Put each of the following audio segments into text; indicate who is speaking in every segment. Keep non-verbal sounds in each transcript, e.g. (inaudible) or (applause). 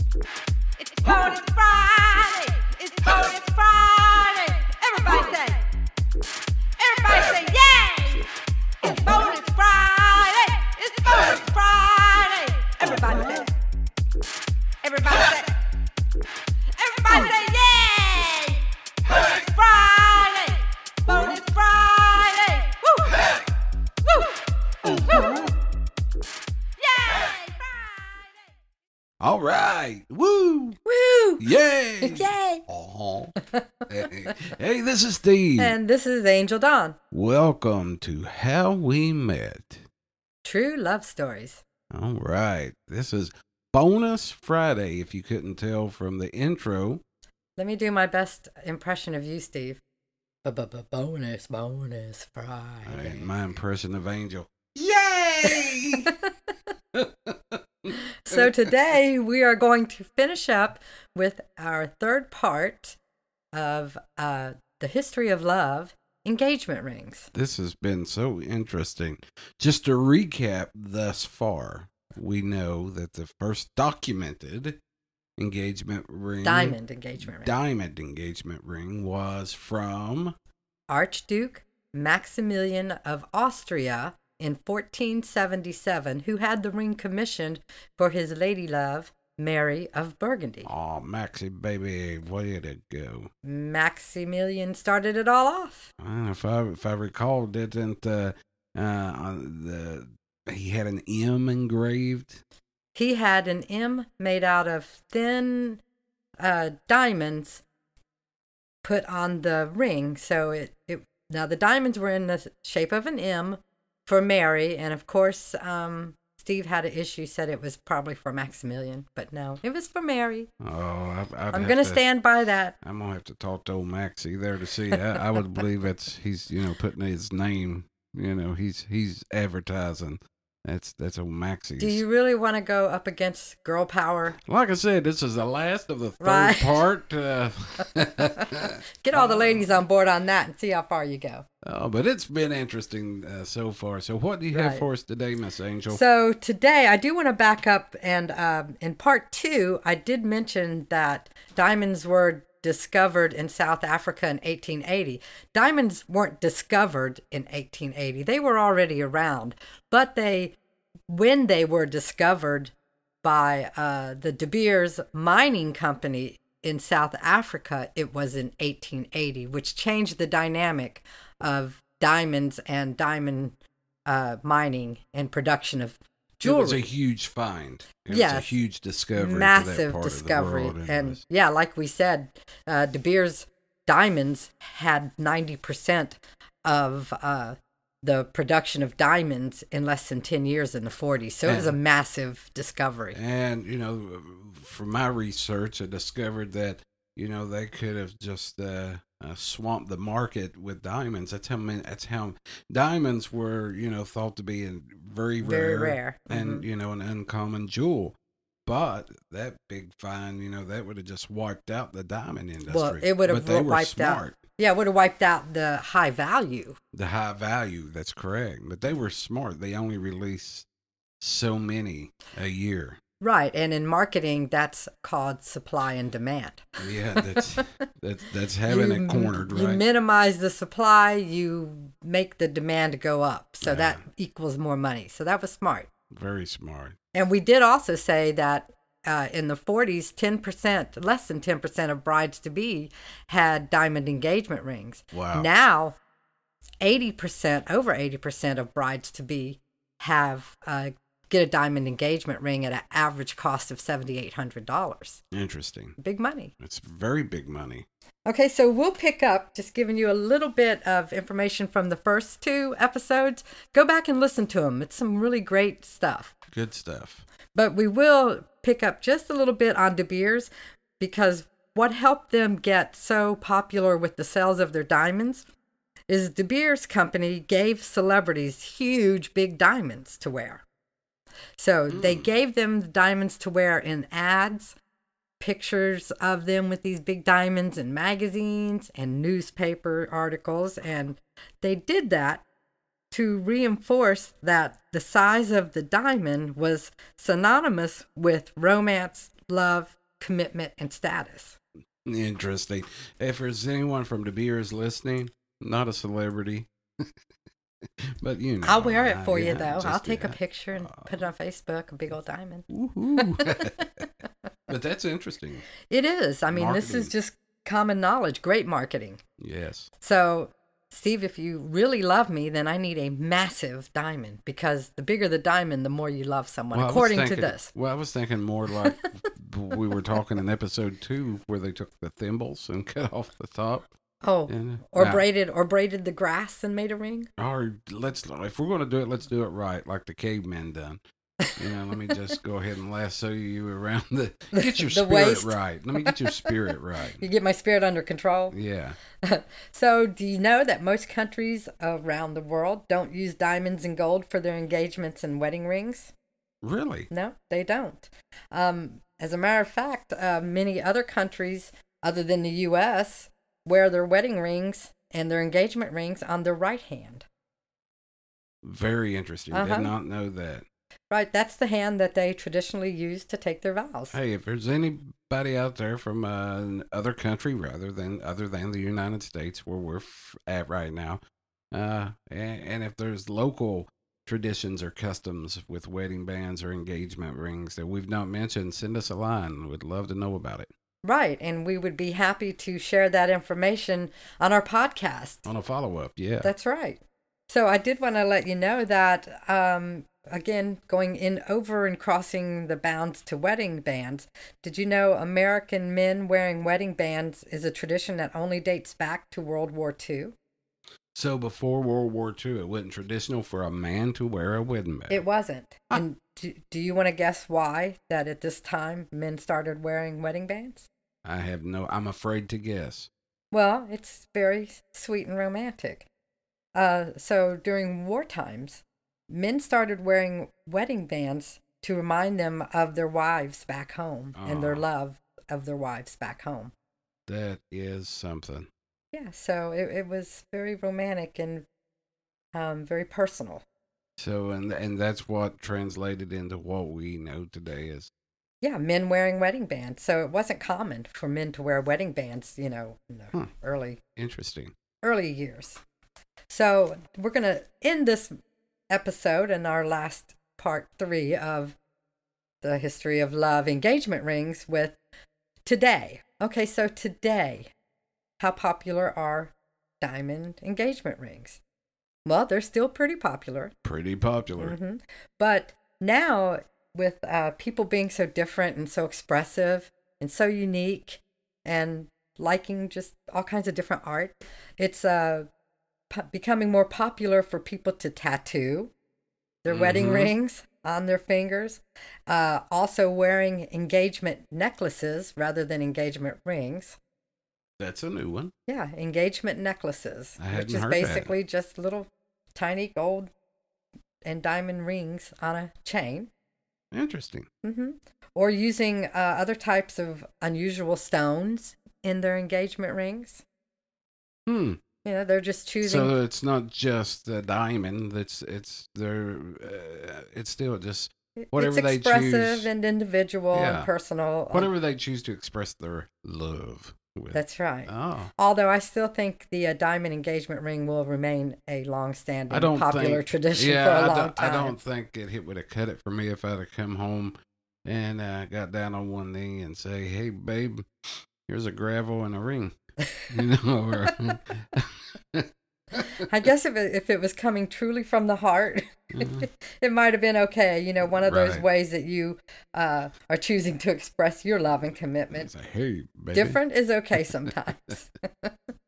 Speaker 1: It's cold, it's Friday. It's cold, it's Friday. Everybody say, everybody say, yay! It's cold, it's Friday. It's cold, it's Friday. Everybody say, everybody say, everybody say, yay! It's Friday. Bonus Friday. Woo! Woo! Woo! Yay! Friday!
Speaker 2: All right. Woo.
Speaker 3: Woo!
Speaker 2: Yay.
Speaker 3: (laughs) Yay!
Speaker 2: Uh-huh. hey, hey, this is Steve.
Speaker 3: And this is Angel Dawn.
Speaker 2: Welcome to How We Met.
Speaker 3: True love stories.
Speaker 2: All right. This is Bonus Friday, if you couldn't tell from the intro.
Speaker 3: Let me do my best impression of you, Steve. Bonus, bonus
Speaker 2: All right,
Speaker 3: Friday.
Speaker 2: my impression of Angel.
Speaker 3: (laughs)
Speaker 2: Yay!
Speaker 3: So (laughs) today we are going to finish up with our third part of uh, the history of love, engagement rings.
Speaker 2: this has been so interesting. Just to recap thus far, we know that the first documented engagement ring
Speaker 3: Diamond engagement ring.
Speaker 2: diamond engagement ring was from
Speaker 3: Archduke Maximilian of Austria in 1477, who had the ring commissioned for his lady love, Mary of Burgundy.
Speaker 2: Oh, Maxie, baby, way to go!
Speaker 3: Maximilian started it all off.
Speaker 2: Uh, If I if I recall, didn't uh, uh, on the he had an M engraved?
Speaker 3: He had an M made out of thin uh, diamonds put on the ring. So it, it now the diamonds were in the shape of an M for Mary, and of course, um, Steve had an issue. Said it was probably for Maximilian, but no, it was for Mary.
Speaker 2: Oh, I, I'd
Speaker 3: I'm
Speaker 2: have
Speaker 3: gonna
Speaker 2: to-
Speaker 3: stand by that.
Speaker 2: I'm gonna have to talk to old Maxie there to see. I, I would believe it's he's you know putting his name. You know he's he's advertising. That's that's old Maxie's.
Speaker 3: Do you really want to go up against girl power?
Speaker 2: Like I said, this is the last of the third
Speaker 3: Right.
Speaker 2: part. Uh,
Speaker 3: Get all the ladies on board on that and see how far you go.
Speaker 2: oh, but it's been interesting uh, so far. So what do you have
Speaker 3: Right.
Speaker 2: for us today, Miss Angel?
Speaker 3: So today, I do want to back up, and um, in part two, I did mention that diamonds were discovered in South Africa in 1880. Diamonds weren't discovered in 1880; they were already around, but they, when they were discovered by uh, the De Beers Mining Company in South Africa, it was in 1880, which changed the dynamic of diamonds and diamond uh, mining and production of
Speaker 2: It was a
Speaker 3: jewelry.
Speaker 2: huge find. It was
Speaker 3: Yes.
Speaker 2: a huge discovery. for that
Speaker 3: Massive
Speaker 2: part of the
Speaker 3: discovery.
Speaker 2: world, it
Speaker 3: and
Speaker 2: was-
Speaker 3: yeah, like we said, uh, De Beers diamonds had 90% of uh, the production of diamonds in less than 10 years in the 40s. So it was a
Speaker 2: Yeah.
Speaker 3: massive discovery.
Speaker 2: And you know, from my research, I discovered that you know they could have just uh, uh, swamped the market with diamonds. That's how many. That's how diamonds were. You know, thought to be in very rare,
Speaker 3: Very rare. Mm-hmm.
Speaker 2: and you know an uncommon jewel. But that big find, you know, that would have just wiped out the diamond industry.
Speaker 3: Well, it would have
Speaker 2: But they were
Speaker 3: wiped out.
Speaker 2: smart.
Speaker 3: Yeah, it would have wiped out the high value.
Speaker 2: The high value, that's correct. But they were smart. They only released so many a year.
Speaker 3: Right. And in marketing, that's called supply and demand.
Speaker 2: Yeah,
Speaker 3: (laughs)
Speaker 2: that's that's that's having
Speaker 3: You-
Speaker 2: it cornered,
Speaker 3: You
Speaker 2: right?
Speaker 3: minimize the supply, you make the demand go up. So
Speaker 2: Yeah.
Speaker 3: that equals more money. So that was smart.
Speaker 2: Very smart.
Speaker 3: And we did also say that uh, in the 40s, 10%, less than 10% of brides to be had diamond engagement rings.
Speaker 2: Wow.
Speaker 3: Now, 80%, over 80% of brides to be have uh, get a diamond engagement ring at an average cost of $7,800.
Speaker 2: Interesting.
Speaker 3: Big money.
Speaker 2: It's very big money.
Speaker 3: Okay, so we'll pick up just giving you a little bit of information from the first two episodes. Go back and listen to them. It's some really great stuff.
Speaker 2: Good stuff.
Speaker 3: But we will pick up just a little bit on De Beers because what helped them get so popular with the sales of their diamonds is De Beers Company gave celebrities huge, big diamonds to wear. So they gave them the diamonds to wear in ads, pictures of them with these big diamonds in magazines and newspaper articles. And they did that to reinforce that the size of the diamond was synonymous with romance, love, commitment, and status.
Speaker 2: Interesting. If there's anyone from the beers listening, not a celebrity, (laughs) but you know,
Speaker 3: I'll wear it
Speaker 2: uh,
Speaker 3: for
Speaker 2: yeah,
Speaker 3: you though. I'll
Speaker 2: just,
Speaker 3: take a
Speaker 2: yeah. Uh,
Speaker 3: picture and put it on Facebook, a big old diamond.
Speaker 2: Woohoo. (laughs) but that's interesting.
Speaker 3: It is. I mean, this is
Speaker 2: Marketing.
Speaker 3: just common knowledge, great marketing. (laughs)
Speaker 2: Yes.
Speaker 3: So, Steve, if you really love me, then I need a massive diamond because the bigger the diamond, the more you love someone,
Speaker 2: Well, I was
Speaker 3: according to
Speaker 2: thinking-
Speaker 3: this.
Speaker 2: Well, I was thinking more like we were talking in episode two where they took the thimbles and (laughs) cut off the top.
Speaker 3: Oh,
Speaker 2: And,
Speaker 3: or
Speaker 2: nah.
Speaker 3: braided or braided the grass and made a ring.
Speaker 2: Or let's if we're gonna do it, let's do it right, like the cavemen done. You know, let me just go ahead and lasso you around the get
Speaker 3: (laughs)
Speaker 2: your
Speaker 3: The
Speaker 2: spirit
Speaker 3: waist.
Speaker 2: right. Let me get
Speaker 3: (laughs)
Speaker 2: your spirit right.
Speaker 3: You get my spirit under control.
Speaker 2: Yeah.
Speaker 3: So, do you know that most countries around the world don't use diamonds and gold for their engagements and wedding rings?
Speaker 2: Really?
Speaker 3: No, they don't. Um, as a matter of fact, uh, many other countries other than the U.S. wear their wedding rings and their engagement rings on their right hand.
Speaker 2: Very interesting.
Speaker 3: Uh-huh.
Speaker 2: Did not know that.
Speaker 3: Right, that's the hand that they traditionally use to take their vows.
Speaker 2: Hey, if there's anybody out there from uh, another country rather than other than the United States where we're f- at right now, uh, and, and if there's local traditions or customs with wedding bands or engagement rings that we've not mentioned, send us a line. We'd love to know about it
Speaker 3: Right, and we would be happy to share that information on our podcast.
Speaker 2: on a follow up. Yeah,
Speaker 3: That's right. So I did want to let you know that um, again, going in over and crossing the bounds to wedding bands. Did you know American men wearing wedding bands is a tradition that only dates back to World War II?
Speaker 2: so before World War II, it wasn't traditional for a man to wear a wedding band.
Speaker 3: It wasn't.
Speaker 2: Huh.
Speaker 3: And do, do you want to guess why that at this time men started wearing wedding bands?
Speaker 2: I have no. I'm afraid to guess.
Speaker 3: Well, it's very sweet and romantic. Uh, so during war times, men started wearing wedding bands to remind them of their wives back home and their
Speaker 2: Aw.
Speaker 3: love of their wives back home.
Speaker 2: That is something.
Speaker 3: Yeah, so it, it was very romantic and um, very personal.
Speaker 2: So and and that's what translated into what we know today is
Speaker 3: Yeah, men wearing wedding bands. So it wasn't common for men to wear wedding bands, you know, in the
Speaker 2: Hmm.
Speaker 3: early
Speaker 2: interesting.
Speaker 3: early years. So we're going to end this episode and our last part three of the history of love engagement rings with today. Okay, so today, how popular are diamond engagement rings? Well, they're still pretty popular,
Speaker 2: Pretty popular.
Speaker 3: Mhm. but now with uh, people being so different and so expressive and so unique and liking just all kinds of different art, it's uh, po- becoming more popular for people to tattoo their wedding
Speaker 2: Mhm.
Speaker 3: rings on their fingers, uh, also wearing engagement necklaces rather than engagement rings.
Speaker 2: That's a new one.
Speaker 3: Yeah, engagement necklaces,
Speaker 2: I
Speaker 3: which
Speaker 2: hadn't
Speaker 3: is
Speaker 2: heard that.
Speaker 3: basically just little tiny gold and diamond rings on a chain.
Speaker 2: Interesting.
Speaker 3: hmm Or using uh, other types of unusual stones in their engagement rings.
Speaker 2: Hmm.
Speaker 3: You know, they're just choosing.
Speaker 2: So it's not just the diamond. That's it's they're uh, it's still just
Speaker 3: it-
Speaker 2: whatever
Speaker 3: it's
Speaker 2: they
Speaker 3: expressive
Speaker 2: choose-
Speaker 3: and individual
Speaker 2: Yeah.
Speaker 3: and personal. uh,
Speaker 2: whatever they choose to express their love with.
Speaker 3: That's right.
Speaker 2: oh.
Speaker 3: Although I still think the uh, diamond engagement ring will remain a long-standing
Speaker 2: I don't
Speaker 3: popular
Speaker 2: think,
Speaker 3: tradition
Speaker 2: yeah,
Speaker 3: for a
Speaker 2: I
Speaker 3: long
Speaker 2: don't,
Speaker 3: time.
Speaker 2: I don't think it, it would have cut it for me if I'd have come home and uh, got down on one knee and say, "Hey, babe, here's a gravel and
Speaker 3: (laughs)
Speaker 2: a ring," you know, or (laughs)
Speaker 3: I guess if it, if it was coming truly from the heart, (laughs) it might have been okay. You know, one of those
Speaker 2: Right.
Speaker 3: ways that you uh, are choosing to express your love and commitment.
Speaker 2: say, "Hey, baby."
Speaker 3: Different is okay sometimes.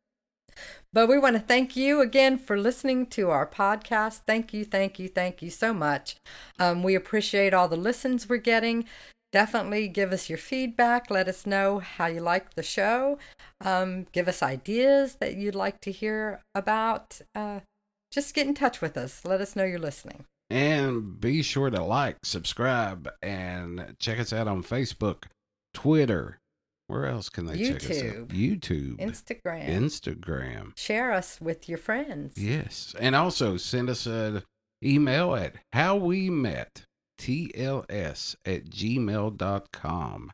Speaker 3: (laughs) but we want to thank you again for listening to our podcast. Thank you, thank you, thank you so much. Um, we appreciate all the listens we're getting. Definitely give us your feedback. Let us know how you like the show. Um, give us ideas that you'd like to hear about. Uh, just get in touch with us. Let us know you're listening.
Speaker 2: And be sure to like, subscribe, and check us out on Facebook, Twitter. Where else can they check us out?
Speaker 3: YouTube.
Speaker 2: YouTube,
Speaker 3: Instagram.
Speaker 2: Instagram.
Speaker 3: Share us with your friends.
Speaker 2: Yes. And also send us an email at howwemettls at gmail.com.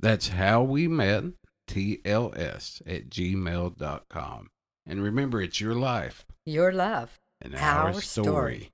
Speaker 2: That's how we met, TLS at gmail.com. And remember, it's your life
Speaker 3: Your love.
Speaker 2: and
Speaker 3: Our
Speaker 2: our, story.
Speaker 3: story.